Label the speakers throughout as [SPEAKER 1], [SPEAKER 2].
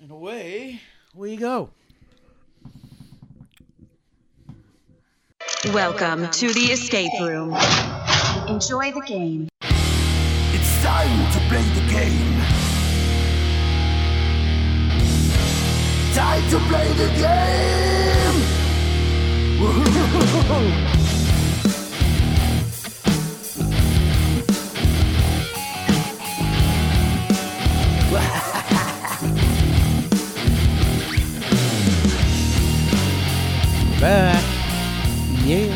[SPEAKER 1] And away we go.
[SPEAKER 2] Welcome to the escape room. Enjoy the game.
[SPEAKER 3] It's time to play the game. Time to play the game.
[SPEAKER 1] Back. Yeah.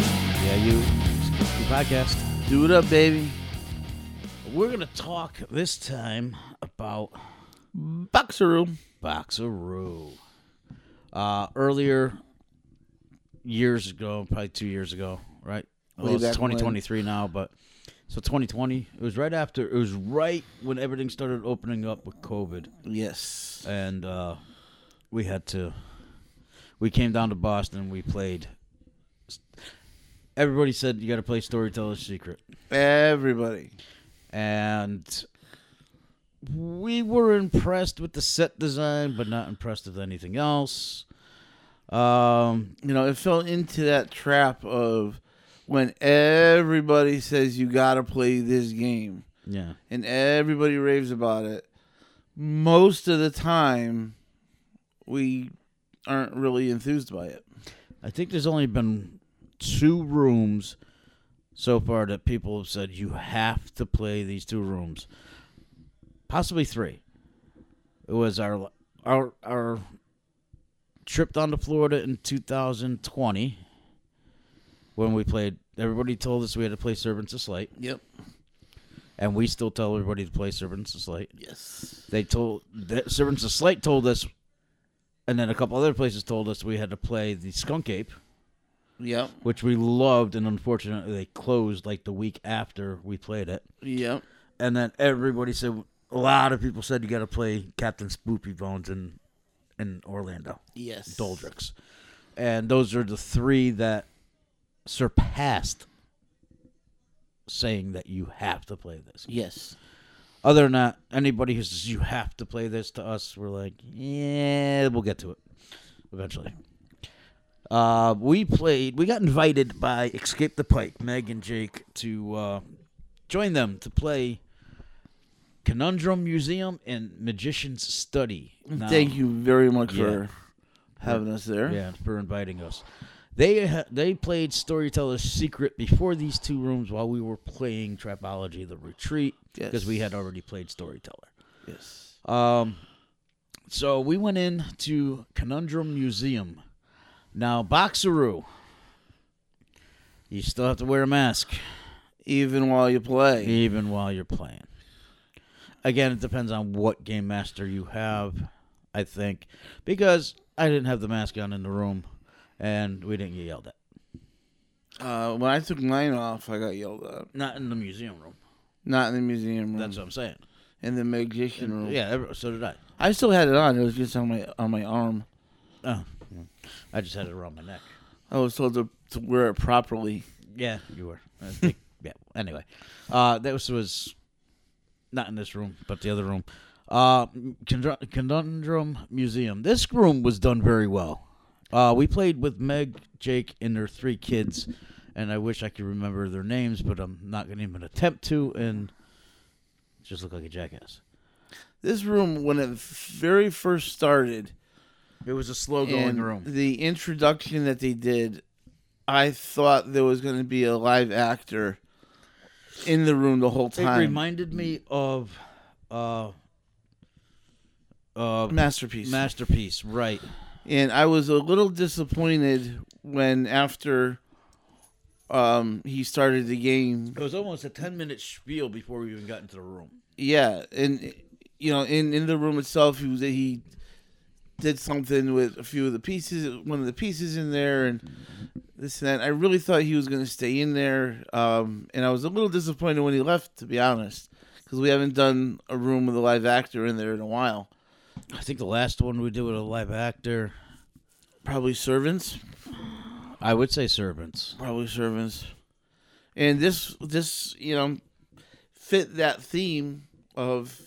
[SPEAKER 4] Yeah, you. Skip the podcast.
[SPEAKER 1] Do it up, baby. We're going to talk this time about
[SPEAKER 4] Boxeroo.
[SPEAKER 1] Boxeroo. Uh, earlier, years ago, probably two years ago, right? Well,
[SPEAKER 4] Way
[SPEAKER 1] it's
[SPEAKER 4] back
[SPEAKER 1] 2023 now, but so 2020, it was right after, it was right when everything started opening up with COVID.
[SPEAKER 4] Yes.
[SPEAKER 1] and uh, we had to. We came down to Boston. We played. Everybody said you got to play Storyteller's Secret,
[SPEAKER 4] Everybody.
[SPEAKER 1] and we were impressed with the set design, but not impressed with anything else. Um,
[SPEAKER 4] You know, it fell into that trap of when everybody says you got to play this game
[SPEAKER 1] yeah,
[SPEAKER 4] and everybody raves about it. Most of the time, we aren't really enthused by it.
[SPEAKER 1] I think there's only been two rooms so far that people have said you have to play these two rooms, possibly three. It was our our our trip down to Florida in 2020 when we played. Everybody told us we had to play Servants of Slight,
[SPEAKER 4] Yep.
[SPEAKER 1] and we still tell everybody to play Servants of Slight.
[SPEAKER 4] Yes.
[SPEAKER 1] They told the Servants of Slight told us, and then a couple other places told us we had to play the Skunk Ape
[SPEAKER 4] Yep.
[SPEAKER 1] which we loved, and unfortunately they closed like the week after we played it.
[SPEAKER 4] Yep.
[SPEAKER 1] And then everybody said, a lot of people said you got to play Captain Spoopy Bones in in Orlando,
[SPEAKER 4] Yes.
[SPEAKER 1] Doldricks, and those are the three that surpassed saying that you have to play this.
[SPEAKER 4] Yes.
[SPEAKER 1] Other than that, anybody who says you have to play this to us, we're like, yeah, we'll get to it eventually. Uh, we played. We got invited by Escape the Pike, Meg and Jake, to uh, join them to play Conundrum Museum and Magician's Study. Now-
[SPEAKER 4] Mm, Thank you very much
[SPEAKER 1] Yeah.
[SPEAKER 4] for having us there.
[SPEAKER 1] yeah, for inviting us. They ha- they played Storyteller's Secret before these two rooms while we were playing Trapology: The Retreat because we
[SPEAKER 4] Yes.
[SPEAKER 1] had already played Storyteller.
[SPEAKER 4] Yes.
[SPEAKER 1] Um, so we went in to Conundrum Museum. Now, Boxeroo, you still have to wear a mask
[SPEAKER 4] Even while you play.
[SPEAKER 1] even while you're playing. Again, it depends on what game master you have, I think, because I didn't have the mask on in the room, and we didn't get yelled at.
[SPEAKER 4] Uh, when I took mine off, I got yelled at.
[SPEAKER 1] Not in the museum room.
[SPEAKER 4] Not in the museum room.
[SPEAKER 1] That's what I'm saying.
[SPEAKER 4] Mm. in the magician room.
[SPEAKER 1] Yeah, every- so did I.
[SPEAKER 4] I still had it on. It was just on my on my arm.
[SPEAKER 1] Oh, yeah. I just had it around my neck.
[SPEAKER 4] I was told to, to wear it properly.
[SPEAKER 1] Yeah, you were. I think, yeah. Anyway, uh, that was, was not in this room, but the other room. Uh, Condru- Conundrum Museum. This room was done very well. Uh, we played with Meg, Jake, and their three kids, and I wish I could remember their names, but I'm not going to even attempt to, and just look like a jackass.
[SPEAKER 4] This room, when it very first started,
[SPEAKER 1] It was a slow
[SPEAKER 4] and the introduction that they did, I thought there was going to be a live actor in the room the whole
[SPEAKER 1] It
[SPEAKER 4] time.
[SPEAKER 1] reminded me of uh, uh,
[SPEAKER 4] Masterpiece.
[SPEAKER 1] masterpiece, right?
[SPEAKER 4] and I was a little disappointed when after um, he started the game,
[SPEAKER 1] It was almost a 10 minute spiel before we even got into the room.
[SPEAKER 4] Yeah, and you know, in in the room itself, he was he did something with a few of the pieces, one of the pieces in there, and this and that. I really thought he was going to stay in there, um, and I was a little disappointed when he left, to be honest, because we haven't done a room with a live actor in there in a while.
[SPEAKER 1] I think the last one we did with a live actor,
[SPEAKER 4] Probably servants,
[SPEAKER 1] I would say Servants.
[SPEAKER 4] probably servants, and this this you know fit that theme of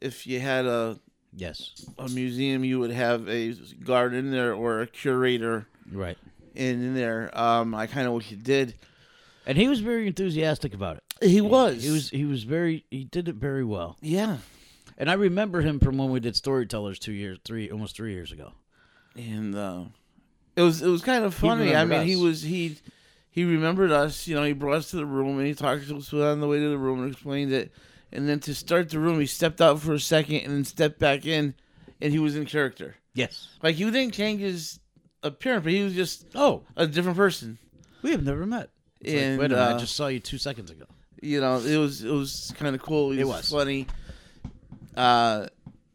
[SPEAKER 4] if you had a
[SPEAKER 1] Yes.
[SPEAKER 4] a museum, you would have a guard in there or a curator
[SPEAKER 1] Right.
[SPEAKER 4] in, in there. Um, I kind of wish it did.
[SPEAKER 1] And he was very enthusiastic about it.
[SPEAKER 4] He was.
[SPEAKER 1] He was he was very he did it very well.
[SPEAKER 4] Yeah.
[SPEAKER 1] And I remember him from when we did Storytellers two years three almost three years ago.
[SPEAKER 4] and uh, it was it was kind of funny. I mean,
[SPEAKER 1] remembered
[SPEAKER 4] he
[SPEAKER 1] us.
[SPEAKER 4] was he he remembered us. You know, he brought us to the room and he talked to us on the way to the room and explained it. And then to start the room, he stepped out for a second and then stepped back in, and he was in character.
[SPEAKER 1] Yes.
[SPEAKER 4] Like he didn't change his appearance, but he was just
[SPEAKER 1] Oh,
[SPEAKER 4] a different person.
[SPEAKER 1] we have never met. It's like,
[SPEAKER 4] And,
[SPEAKER 1] wait a minute,
[SPEAKER 4] uh,
[SPEAKER 1] I just saw you two seconds ago.
[SPEAKER 4] You know, it was it was kind of cool. He
[SPEAKER 1] It was.
[SPEAKER 4] funny, uh,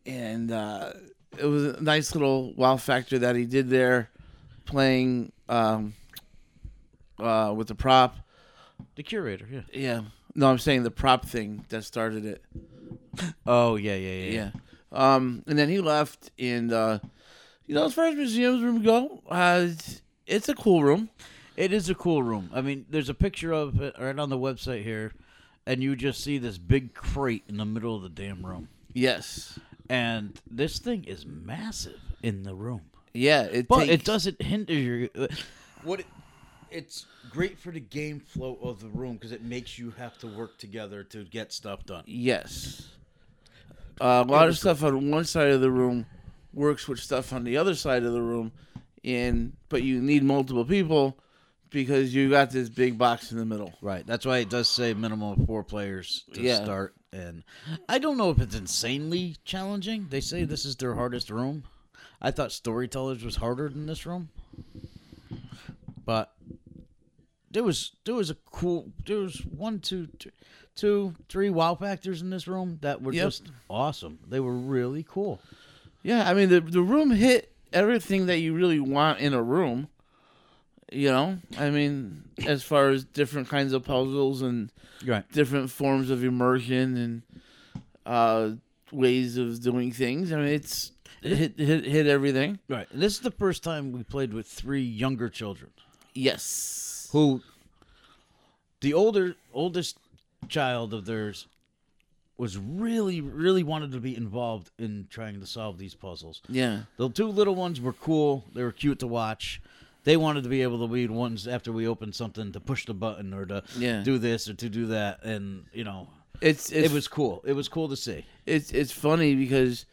[SPEAKER 4] and uh, it was a nice little wow factor that he did there, playing um, uh, with the prop.
[SPEAKER 1] The curator, yeah.
[SPEAKER 4] Yeah. No, I'm saying the prop thing that started it.
[SPEAKER 1] Oh yeah, yeah, yeah. yeah.
[SPEAKER 4] Yeah. Um, and then he left, and uh, you know, as far as museums room go, uh, it's- it's a cool room.
[SPEAKER 1] It is a cool room. I mean, there's a picture of it right on the website here, and you just see this big crate in the middle of the damn room.
[SPEAKER 4] Yes.
[SPEAKER 1] And this thing is massive in the room.
[SPEAKER 4] Yeah. It
[SPEAKER 1] But
[SPEAKER 4] takes,
[SPEAKER 1] it doesn't hinder your uh, what it, it's great for the game flow of the room because it makes you have to work together to get stuff done.
[SPEAKER 4] Yes. Uh, a lot of stuff on one side of the room works with stuff on the other side of the room, and but you need multiple people because you got this big box in the middle.
[SPEAKER 1] Right. That's why it does say minimum of four players to
[SPEAKER 4] Yeah.
[SPEAKER 1] start. And I don't know if it's insanely challenging. They say this is their hardest room. I thought storytellers was harder than this room. But there was there was a cool there was one, two, t- two, three wow factors in this room that were
[SPEAKER 4] Yep.
[SPEAKER 1] just awesome. They were really cool.
[SPEAKER 4] Yeah, I mean the the room hit everything that you really want in a room. You know, I mean, as far as different kinds of puzzles and
[SPEAKER 1] Right.
[SPEAKER 4] different forms of immersion and uh, ways of doing things. I mean, it's it hit hit, hit everything.
[SPEAKER 1] Right. And this is the first time we played with three younger children.
[SPEAKER 4] Yes.
[SPEAKER 1] who the older oldest child of theirs was really really wanted to be involved in trying to solve these puzzles.
[SPEAKER 4] Yeah.
[SPEAKER 1] The two little ones were cool, they were cute to watch. They wanted to be able to be the ones after we opened something to push the button or to
[SPEAKER 4] Yeah.
[SPEAKER 1] do this or to do that and you know
[SPEAKER 4] It's, it's
[SPEAKER 1] it was cool. It was cool to see.
[SPEAKER 4] it's it's funny because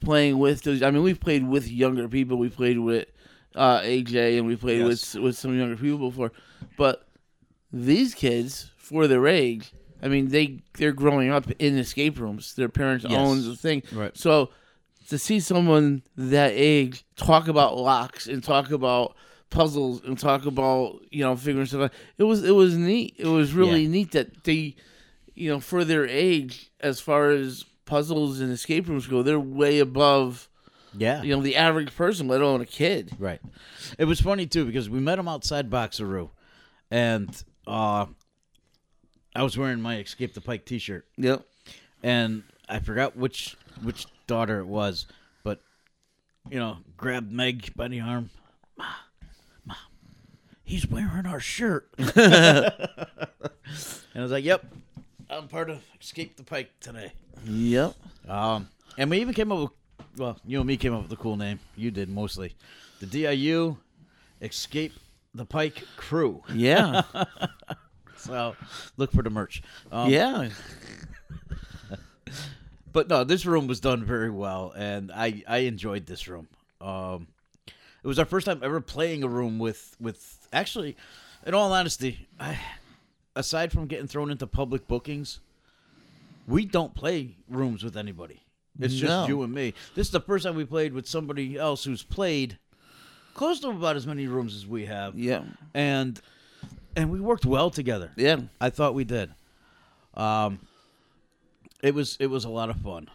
[SPEAKER 4] playing with those. I mean, we've played with younger people. We played with uh, AJ, and we played
[SPEAKER 1] Yes.
[SPEAKER 4] with with some younger people before. But these kids, for their age, I mean, they they're growing up in escape rooms. Their parents
[SPEAKER 1] Yes.
[SPEAKER 4] own the thing,
[SPEAKER 1] Right.
[SPEAKER 4] So to see someone that age talk about locks and talk about puzzles and talk about you know figuring stuff out, it was it was neat. It was really
[SPEAKER 1] Yeah.
[SPEAKER 4] neat that they you know, for their age, as far as puzzles and escape rooms go, they're way above,
[SPEAKER 1] Yeah.
[SPEAKER 4] you know, the average person, let alone a kid.
[SPEAKER 1] Right. It was funny too because we met him outside Boxeroo, and uh, I was wearing my Escape the Pike T-shirt,
[SPEAKER 4] Yep.
[SPEAKER 1] and I forgot which which daughter it was, but you know, grabbed Meg by the arm. Ma, ma, he's wearing our shirt. and I was like, "Yep, I'm part of Escape the Pike today."
[SPEAKER 4] Yep.
[SPEAKER 1] Um, and we even came up with, well, you and me came up with a cool name. You did mostly. The DIU Escape the Pike Crew.
[SPEAKER 4] Yeah.
[SPEAKER 1] So look for the merch. Um,
[SPEAKER 4] yeah.
[SPEAKER 1] But no, this room was done very well, and I, I enjoyed this room. Um, it was our first time ever playing a room with, with actually, in all honesty, I, aside from getting thrown into public bookings, we don't play rooms with anybody. It's just
[SPEAKER 4] No.
[SPEAKER 1] you and me. This is the first time we played with somebody else who's played close to about as many rooms as we have.
[SPEAKER 4] Yeah.
[SPEAKER 1] And and we worked well together.
[SPEAKER 4] Yeah.
[SPEAKER 1] I thought we did. Um, it was it was a lot of fun.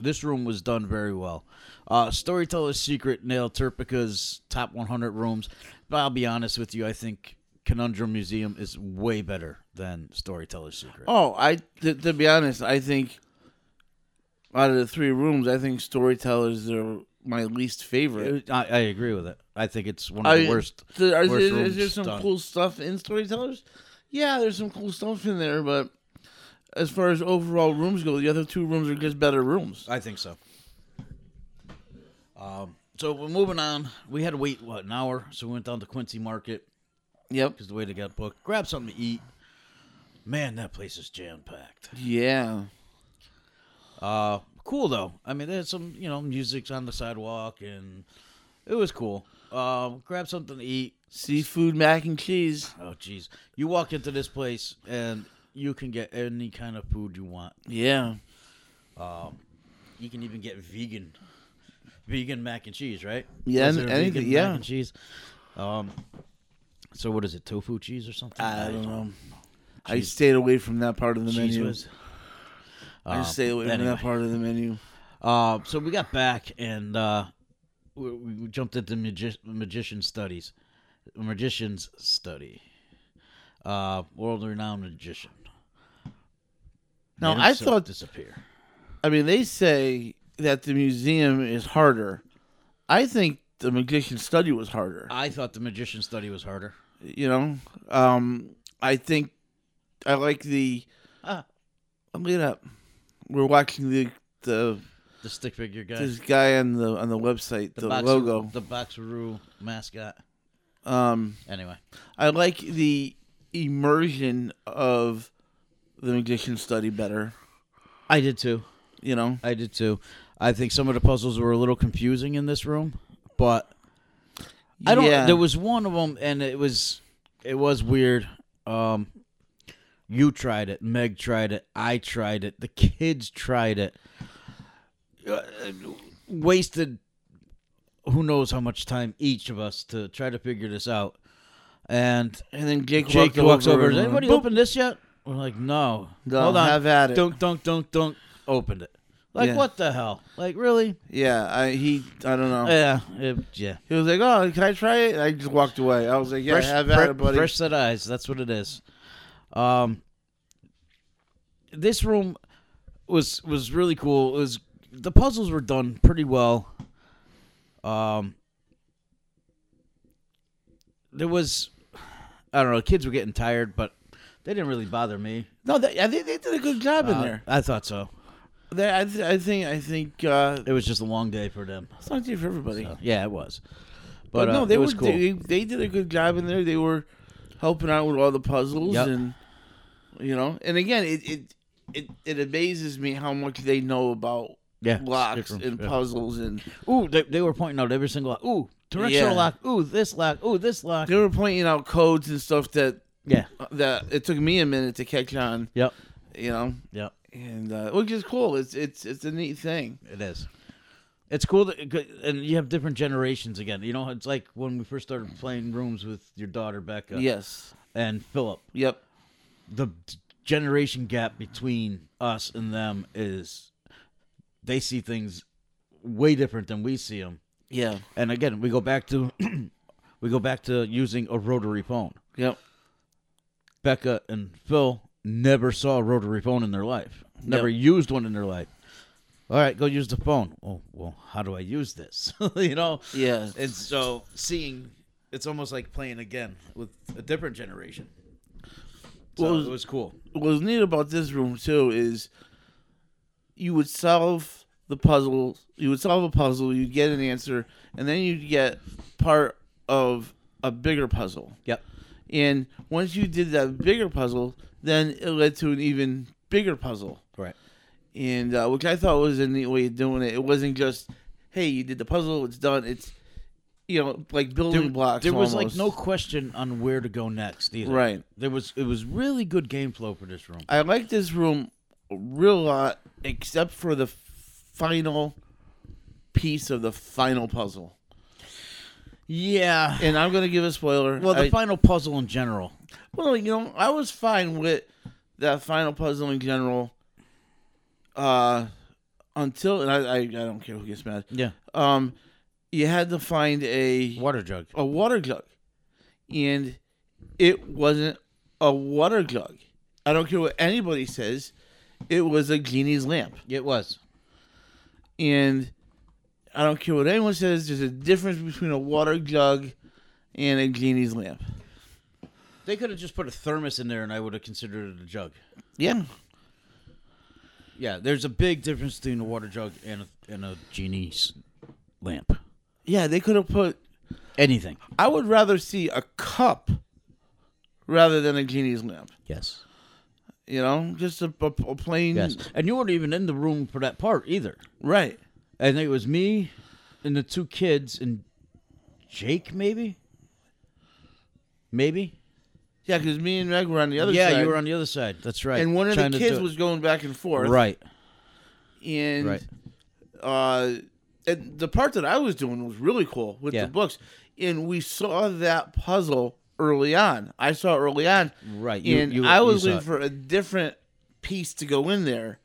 [SPEAKER 1] This room was done very well. Uh, Storyteller's Secret nailed Turpica's top 100 rooms, but I'll be honest with you, I think Conundrum Museum is way better than Storyteller's Secret.
[SPEAKER 4] Oh, I, to, to be honest, I think out of the three rooms, I think storytellers are my least favorite.
[SPEAKER 1] It- Uh, I, I agree with it. I think it's one of
[SPEAKER 4] I,
[SPEAKER 1] the worst.
[SPEAKER 4] th- are-
[SPEAKER 1] worst
[SPEAKER 4] is, is
[SPEAKER 1] rooms
[SPEAKER 4] there some
[SPEAKER 1] done.
[SPEAKER 4] cool stuff in storytellers? Yeah, there's some cool stuff in there, but Uh, as far as overall rooms go, the other two rooms are just better rooms.
[SPEAKER 1] I think so. Um, so we're moving on. We had to wait what an hour, so we went down to Quincy Market
[SPEAKER 4] Yep.
[SPEAKER 1] because the way they got booked. Grab something to eat. Man, that place is jam packed.
[SPEAKER 4] Yeah.
[SPEAKER 1] Uh, cool though. I mean, they had some you know music's on the sidewalk, and it was cool. Uh, grab something to eat.
[SPEAKER 4] Seafood mac and cheese.
[SPEAKER 1] Oh, jeez. You walk into this place and you can get any kind of food you want.
[SPEAKER 4] Yeah.
[SPEAKER 1] You can even get vegan, vegan mac and cheese, right?
[SPEAKER 4] Yeah,
[SPEAKER 1] Is there
[SPEAKER 4] anything-
[SPEAKER 1] vegan
[SPEAKER 4] yeah.
[SPEAKER 1] mac and cheese. Um, so what is it? Tofu cheese or something?
[SPEAKER 4] I don't know. I
[SPEAKER 1] Cheese-
[SPEAKER 4] stayed away from that part of the
[SPEAKER 1] Cheese
[SPEAKER 4] menu.
[SPEAKER 1] was.
[SPEAKER 4] I
[SPEAKER 1] Um,
[SPEAKER 4] stayed away from
[SPEAKER 1] anyway.
[SPEAKER 4] that part of the menu.
[SPEAKER 1] Uh, so we got back and uh, we, we jumped into magi- magician studies, magician's study, uh, world-renowned magician.
[SPEAKER 4] Now
[SPEAKER 1] Made
[SPEAKER 4] I
[SPEAKER 1] himself
[SPEAKER 4] thought.
[SPEAKER 1] disappear.
[SPEAKER 4] I mean, they say that the museum is harder. I think the magician study was harder.
[SPEAKER 1] I thought the magician study was harder.
[SPEAKER 4] you know um i think i like the
[SPEAKER 1] Ah.
[SPEAKER 4] look it up we're watching the the
[SPEAKER 1] The stick figure guy,
[SPEAKER 4] this guy on the on the website the,
[SPEAKER 1] Boxer-
[SPEAKER 4] logo
[SPEAKER 1] the Boxeroo mascot.
[SPEAKER 4] um
[SPEAKER 1] Anyway,
[SPEAKER 4] i like the immersion of the magician study better
[SPEAKER 1] I did too.
[SPEAKER 4] you know
[SPEAKER 1] I did too. I think some of the puzzles were a little confusing in this room, but I don't.
[SPEAKER 4] yeah.
[SPEAKER 1] There was one of them, and it was it was weird. Um, you tried it, Meg tried it, I tried it, the kids tried it. Uh, wasted who knows how much time each of us to try to figure this out. And
[SPEAKER 4] and then jake,
[SPEAKER 1] Jake walks over. Has
[SPEAKER 4] and
[SPEAKER 1] anybody
[SPEAKER 4] boop,
[SPEAKER 1] opened this yet? We're like, no.
[SPEAKER 4] No,
[SPEAKER 1] Hold on.
[SPEAKER 4] have at it.
[SPEAKER 1] Dunk, dunk, dunk, dunk. Opened it. Like
[SPEAKER 4] Yeah.
[SPEAKER 1] what the hell? Like really?
[SPEAKER 4] yeah i he i don't know
[SPEAKER 1] Yeah, it- yeah.
[SPEAKER 4] he was like oh can i try it and i just walked away i was like yeah
[SPEAKER 1] fresh,
[SPEAKER 4] have
[SPEAKER 1] fre-
[SPEAKER 4] at it buddy
[SPEAKER 1] fresh set of eyes. That's what it is. Um, this room was was really cool. It was the puzzles were done pretty well. Um, there was, I don't know, kids were getting tired, but they didn't really bother me.
[SPEAKER 4] no they, i think they did a good job in
[SPEAKER 1] Uh,
[SPEAKER 4] there
[SPEAKER 1] I thought so.
[SPEAKER 4] They- I, th- I think I think uh,
[SPEAKER 1] It was just a long day for them.
[SPEAKER 4] It's not easy for everybody.
[SPEAKER 1] Yeah, it was.
[SPEAKER 4] But,
[SPEAKER 1] But,
[SPEAKER 4] no,
[SPEAKER 1] uh,
[SPEAKER 4] they
[SPEAKER 1] it
[SPEAKER 4] were
[SPEAKER 1] was cool.
[SPEAKER 4] they, they did a good job in there. They were helping out with all the puzzles
[SPEAKER 1] Yep.
[SPEAKER 4] and you know. And again, it it, it it amazes me how much they know about
[SPEAKER 1] yeah,
[SPEAKER 4] locks
[SPEAKER 1] different,
[SPEAKER 4] and
[SPEAKER 1] yeah.
[SPEAKER 4] puzzles and
[SPEAKER 1] Ooh, they, they were pointing out every single lock. Ooh, directional
[SPEAKER 4] Yeah.
[SPEAKER 1] lock. Ooh, this lock. Ooh, this lock.
[SPEAKER 4] they were pointing out codes and stuff that
[SPEAKER 1] Yeah.
[SPEAKER 4] that it took me a minute to catch on.
[SPEAKER 1] Yep.
[SPEAKER 4] You know,
[SPEAKER 1] Yep.
[SPEAKER 4] and uh, which is cool. It's it's it's a neat thing.
[SPEAKER 1] It is. It's cool that, and you have different generations again. You know, it's like when we first started playing rooms with your daughter Becca
[SPEAKER 4] Yes.
[SPEAKER 1] and Philip.
[SPEAKER 4] Yep.
[SPEAKER 1] The generation gap between us and them is they see things way different than we see them.
[SPEAKER 4] Yeah.
[SPEAKER 1] And again, we go back to we go back to using a rotary phone.
[SPEAKER 4] Yep.
[SPEAKER 1] Becca and Phil never saw a rotary phone in their life, never used one in their life. All right, go use the phone. Oh, well, how do I use this? you know?
[SPEAKER 4] Yeah.
[SPEAKER 1] And so seeing, it's almost like playing again with a different generation. So
[SPEAKER 4] Well, it was-
[SPEAKER 1] it was cool.
[SPEAKER 4] what was neat about this room too is you would solve the puzzle you would solve a puzzle you'd get an answer and then you'd get part of a bigger puzzle
[SPEAKER 1] Yep.
[SPEAKER 4] and once you did that bigger puzzle then it led to an even bigger puzzle
[SPEAKER 1] Right.
[SPEAKER 4] and uh, which i thought was a neat way of doing it it wasn't just hey you did the puzzle it's done it's you know like building blocks
[SPEAKER 1] there was like
[SPEAKER 4] almost.
[SPEAKER 1] no question on where to go next either.
[SPEAKER 4] Right.
[SPEAKER 1] There was it was really good game flow for this room.
[SPEAKER 4] I like this room a real lot, except for the final piece of the final puzzle.
[SPEAKER 1] Yeah.
[SPEAKER 4] And I'm gonna give a spoiler.
[SPEAKER 1] Well, the
[SPEAKER 4] I,
[SPEAKER 1] final puzzle in general.
[SPEAKER 4] well, you know, I was fine with that final puzzle in general. Uh, until and I, I, I don't care who gets mad.
[SPEAKER 1] Yeah.
[SPEAKER 4] Um, you had to find a
[SPEAKER 1] Water jug.
[SPEAKER 4] a water jug, and it wasn't a water jug. I don't care what anybody says. It was a genie's lamp.
[SPEAKER 1] It was.
[SPEAKER 4] and I don't care what anyone says. There's a difference between a water jug and a genie's lamp.
[SPEAKER 1] They could have just put a thermos in there, and I would have considered it a jug.
[SPEAKER 4] Yeah,
[SPEAKER 1] Yeah, there's a big difference between a water jug and a, and a genie's lamp.
[SPEAKER 4] Yeah, they could have put.
[SPEAKER 1] Anything.
[SPEAKER 4] I would rather see a cup rather than a genie's lamp.
[SPEAKER 1] Yes.
[SPEAKER 4] You know, just a, a, a plain.
[SPEAKER 1] Yes. And you weren't even in the room for that part either.
[SPEAKER 4] Right.
[SPEAKER 1] I think it was me and the two kids and Jake, maybe? Maybe?
[SPEAKER 4] Yeah, because me and Meg were on the other
[SPEAKER 1] yeah,
[SPEAKER 4] side.
[SPEAKER 1] you were on the other side. That's right.
[SPEAKER 4] And one of the
[SPEAKER 1] Trying to
[SPEAKER 4] kids
[SPEAKER 1] do it.
[SPEAKER 4] was going back and forth.
[SPEAKER 1] Right.
[SPEAKER 4] And,
[SPEAKER 1] Right.
[SPEAKER 4] uh, and the part that I was doing was really cool with
[SPEAKER 1] Yeah.
[SPEAKER 4] the books. And we saw that puzzle early on. I saw it early on.
[SPEAKER 1] Right, you-
[SPEAKER 4] And
[SPEAKER 1] you-
[SPEAKER 4] I
[SPEAKER 1] you
[SPEAKER 4] was
[SPEAKER 1] saw
[SPEAKER 4] looking
[SPEAKER 1] it.
[SPEAKER 4] for a different piece to go in there,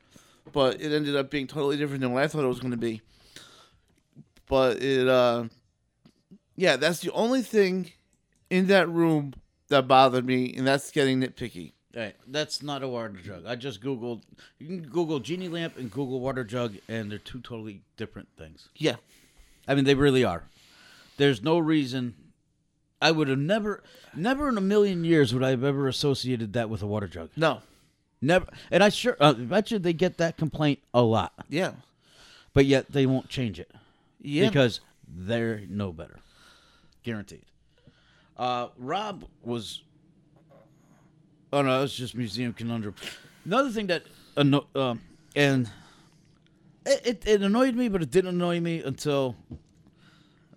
[SPEAKER 4] but it ended up being totally different than what I thought it was going to be. But it, uh, yeah, that's the only thing in that room that bothered me, and that's getting nitpicky.
[SPEAKER 1] All right, that's not a water jug. I just googled. You can Google genie lamp and Google water jug, and they're two totally different things.
[SPEAKER 4] Yeah.
[SPEAKER 1] I mean, they really are. There's no reason. I would have never, never in a million years would I have ever associated that with a water jug.
[SPEAKER 4] No.
[SPEAKER 1] Never, and I sure uh, bet you they get that complaint a lot,
[SPEAKER 4] Yeah.
[SPEAKER 1] but yet they won't change it
[SPEAKER 4] Yeah.
[SPEAKER 1] because they know better, guaranteed. Uh, Rob was. Oh no, it's just museum conundrum. Another thing that anno- um, and it, it it annoyed me, but it didn't annoy me until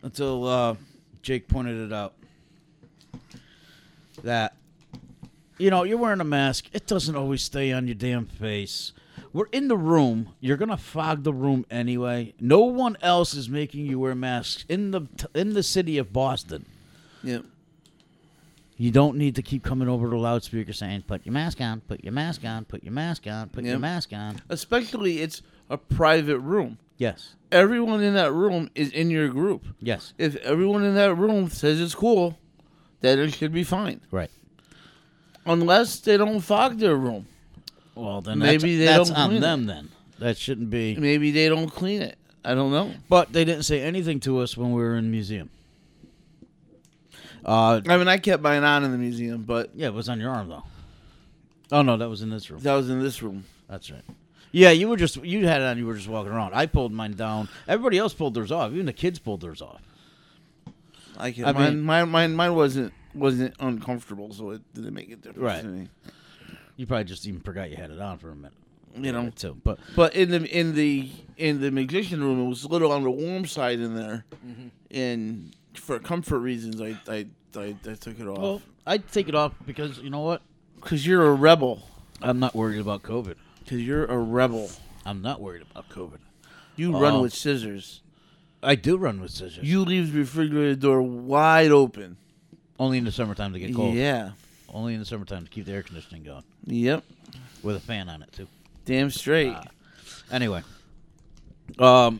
[SPEAKER 1] until uh, Jake pointed it out that you know you're wearing a mask. It doesn't always stay on your damn face. We're in the room. You're gonna fog the room anyway. No one else is making you wear masks in the in the city of Boston.
[SPEAKER 4] yeah.
[SPEAKER 1] You don't need to keep coming over to the loudspeaker saying, "Put your mask on. Put your mask on. Put your mask on. Put your
[SPEAKER 4] Yep.
[SPEAKER 1] mask on."
[SPEAKER 4] Especially it's a private room.
[SPEAKER 1] Yes.
[SPEAKER 4] Everyone in that room is in your group.
[SPEAKER 1] Yes.
[SPEAKER 4] If everyone in that room says it's cool, then it should be fine.
[SPEAKER 1] Right.
[SPEAKER 4] Unless they don't fog their room.
[SPEAKER 1] Well, then
[SPEAKER 4] Maybe they
[SPEAKER 1] that's, that's
[SPEAKER 4] don't
[SPEAKER 1] on
[SPEAKER 4] clean it.
[SPEAKER 1] them. Then that shouldn't be.
[SPEAKER 4] Maybe they don't clean it. I don't know.
[SPEAKER 1] But they didn't say anything to us when we were in the museum. Uh,
[SPEAKER 4] I mean, I kept mine on in the museum, but
[SPEAKER 1] yeah, it was on your arm though. Oh no, that was in this room.
[SPEAKER 4] that was in this room.
[SPEAKER 1] That's right. Yeah, you were just you had it on. You were just walking around. I pulled mine down. Everybody else pulled theirs off. Even the kids pulled theirs off.
[SPEAKER 4] I can.
[SPEAKER 1] I
[SPEAKER 4] mine,
[SPEAKER 1] mean-
[SPEAKER 4] mine, mine, mine wasn't wasn't uncomfortable, so it didn't make a difference
[SPEAKER 1] Right.
[SPEAKER 4] to me.
[SPEAKER 1] You probably just even forgot you had it on for a minute.
[SPEAKER 4] You know.
[SPEAKER 1] too. But
[SPEAKER 4] But in the in the in the magician room, it was a little on the warm side in there, and for comfort reasons, I I I, I took it
[SPEAKER 1] well,
[SPEAKER 4] off
[SPEAKER 1] I take it off because you know what?
[SPEAKER 4] because you're a rebel.
[SPEAKER 1] I'm not worried about COVID.
[SPEAKER 4] Because you're a rebel.
[SPEAKER 1] I'm not worried about COVID.
[SPEAKER 4] You
[SPEAKER 1] Oh.
[SPEAKER 4] run with scissors.
[SPEAKER 1] I do run with scissors.
[SPEAKER 4] You leave the refrigerator door wide open.
[SPEAKER 1] only in the summertime to get cold.
[SPEAKER 4] Yeah.
[SPEAKER 1] Only in the summertime to keep the air conditioning going
[SPEAKER 4] Yep.
[SPEAKER 1] with a fan on it too.
[SPEAKER 4] Damn straight.
[SPEAKER 1] Anyway, um,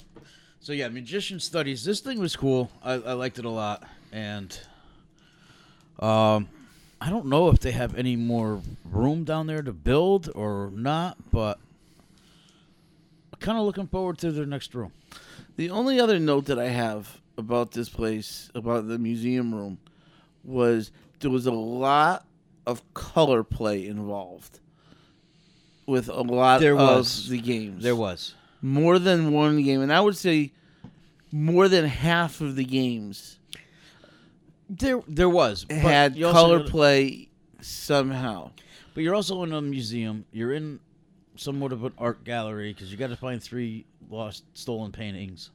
[SPEAKER 1] so yeah, magician studies. This thing was cool. I, I liked it a lot, and um, I don't know if they have any more room down there to build or not, but I'm kind of looking forward to their next room.
[SPEAKER 4] The only other note that I have about this place, about the museum room, was there was a lot of color play involved with a lot
[SPEAKER 1] There
[SPEAKER 4] of
[SPEAKER 1] was.
[SPEAKER 4] the games.
[SPEAKER 1] There was
[SPEAKER 4] more than one game, and I would say more than half of the games
[SPEAKER 1] there there was but
[SPEAKER 4] had
[SPEAKER 1] you also
[SPEAKER 4] color
[SPEAKER 1] gotta-
[SPEAKER 4] play somehow.
[SPEAKER 1] But you're also in a museum. You're in somewhat of an art gallery because you got to find three lost, stolen paintings.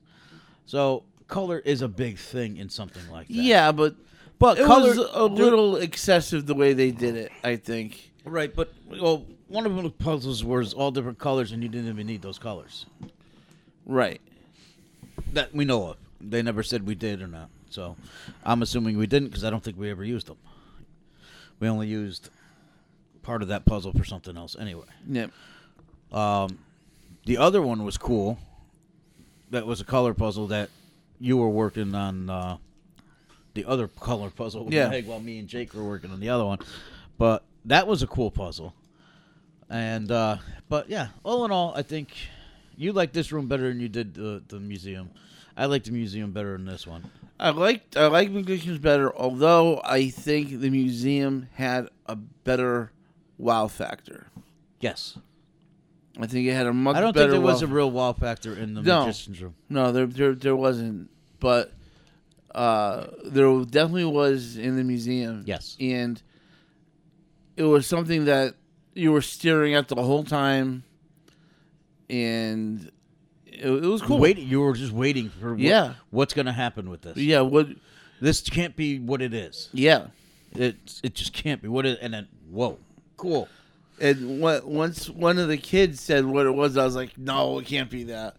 [SPEAKER 1] So color is a big thing in something like that.
[SPEAKER 4] Yeah, but
[SPEAKER 1] but
[SPEAKER 4] it
[SPEAKER 1] color
[SPEAKER 4] was a little excessive the way they did it. I think.
[SPEAKER 1] right. But well, one of the puzzles was all different colors, and you didn't even need those colors
[SPEAKER 4] Right.
[SPEAKER 1] that we know of. They never said we did or not. So I'm assuming we didn't because I don't think we ever used them. We only used part of that puzzle for something else anyway.
[SPEAKER 4] Yep.
[SPEAKER 1] The other one was cool. That was a color puzzle that you were working on. Uh, the other color puzzle, with
[SPEAKER 4] Yeah.
[SPEAKER 1] Meg, while me and Jake were working on the other one, but that was a cool puzzle. And uh, but yeah, all in all, I think you like this room better than you did the, the museum. I like the museum better than this one.
[SPEAKER 4] I liked I like magicians better, although I think the museum had a better wow factor.
[SPEAKER 1] Yes,
[SPEAKER 4] I think it had a much.
[SPEAKER 1] I don't think
[SPEAKER 4] better
[SPEAKER 1] there was a
[SPEAKER 4] wow-
[SPEAKER 1] real wow factor in the
[SPEAKER 4] No.
[SPEAKER 1] magician's room.
[SPEAKER 4] no there there there wasn't, but uh, there definitely was in the museum.
[SPEAKER 1] Yes.
[SPEAKER 4] and it was something that you were staring at the whole time, and it, it was cool.
[SPEAKER 1] Wait, you were just waiting for what-
[SPEAKER 4] Yeah.
[SPEAKER 1] what's going to happen with this.
[SPEAKER 4] yeah, what?
[SPEAKER 1] This can't be what it is.
[SPEAKER 4] Yeah,
[SPEAKER 1] It it just can't be what it. And then whoa, cool.
[SPEAKER 4] and what, once one of the kids said what it was, I was like, no, it can't be that,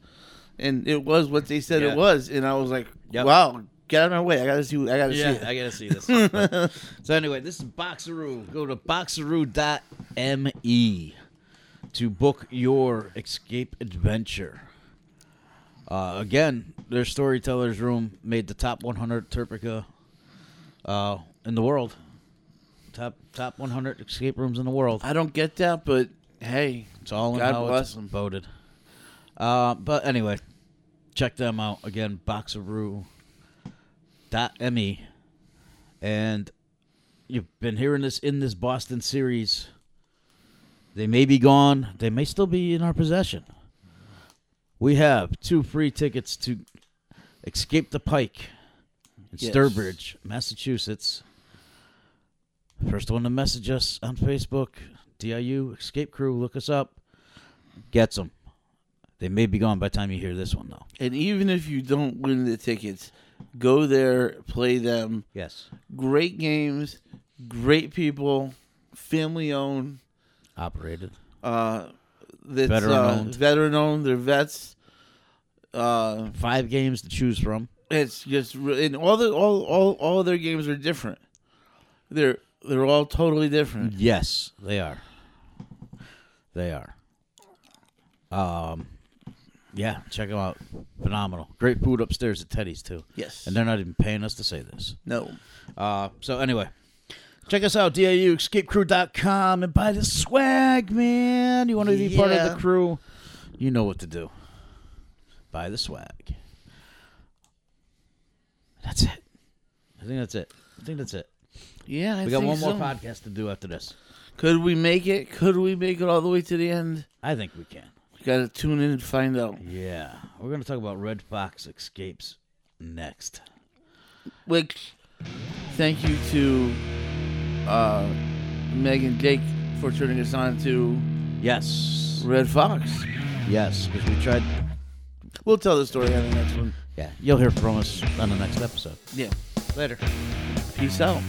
[SPEAKER 4] and it was what they said
[SPEAKER 1] Yeah.
[SPEAKER 4] it was, and I was like,
[SPEAKER 1] Yep.
[SPEAKER 4] wow, get out of my way, I gotta see, I gotta see.
[SPEAKER 1] Yeah,
[SPEAKER 4] It.
[SPEAKER 1] I gotta see this. But- so anyway, this is Boxeroo. Go to boxeroo.me to book your escape adventure. Uh, again, their storytellers room made the top 100 Turpica uh, in the world. Top top 100 escape rooms in the world.
[SPEAKER 4] I don't get that, but hey,
[SPEAKER 1] It's all in
[SPEAKER 4] God
[SPEAKER 1] how
[SPEAKER 4] bless
[SPEAKER 1] it's
[SPEAKER 4] 'em.
[SPEAKER 1] voted. Uh, but anyway, check them out again. Boxeroo.me, E. and you've been hearing this in this Boston series. They may be gone. They may still be in our possession. We have two free tickets to escape the Pike in
[SPEAKER 4] Yes.
[SPEAKER 1] Sturbridge, Massachusetts. First one to message us on Facebook, DIU Escape Crew, look us up. Gets them. They may be gone by the time you hear this one, though.
[SPEAKER 4] and even if you don't win the tickets, go there, play them.
[SPEAKER 1] Yes.
[SPEAKER 4] Great games, great people, family owned.
[SPEAKER 1] Operated.
[SPEAKER 4] Uh, that's
[SPEAKER 1] Veteran
[SPEAKER 4] uh,
[SPEAKER 1] owned.
[SPEAKER 4] veteran owned. They're vets. Uh,
[SPEAKER 1] Five games to choose from.
[SPEAKER 4] it's just re- and all the all all all their games are different. They're they're all totally different.
[SPEAKER 1] Mm, Yes, they are. They are. Um, yeah, check them out. Phenomenal. Great food upstairs at Teddy's, too.
[SPEAKER 4] Yes.
[SPEAKER 1] And they're not even paying us to say this.
[SPEAKER 4] No.
[SPEAKER 1] Uh, so anyway, check us out, DAU, escapecrew.com, and buy the swag, man. You want to be part of
[SPEAKER 4] Yeah.
[SPEAKER 1] the crew? You know what to do. Buy the swag. That's it. I think that's it. I think that's it.
[SPEAKER 4] Yeah, I
[SPEAKER 1] We got one
[SPEAKER 4] think
[SPEAKER 1] more
[SPEAKER 4] so.
[SPEAKER 1] podcast to do after this.
[SPEAKER 4] Could we make it? Could we make it all the way to the end?
[SPEAKER 1] I think we can.
[SPEAKER 4] Got to tune in and find out.
[SPEAKER 1] Yeah. We're going to talk about Red Fox Escapes next.
[SPEAKER 4] Which, thank you to uh, Meg and Jake for turning us on to
[SPEAKER 1] Yes.
[SPEAKER 4] Red Fox.
[SPEAKER 1] Yes, because we tried.
[SPEAKER 4] We'll tell the story on the next one.
[SPEAKER 1] Yeah. You'll hear from us on the next episode.
[SPEAKER 4] Yeah.
[SPEAKER 1] Later.
[SPEAKER 4] Peace out.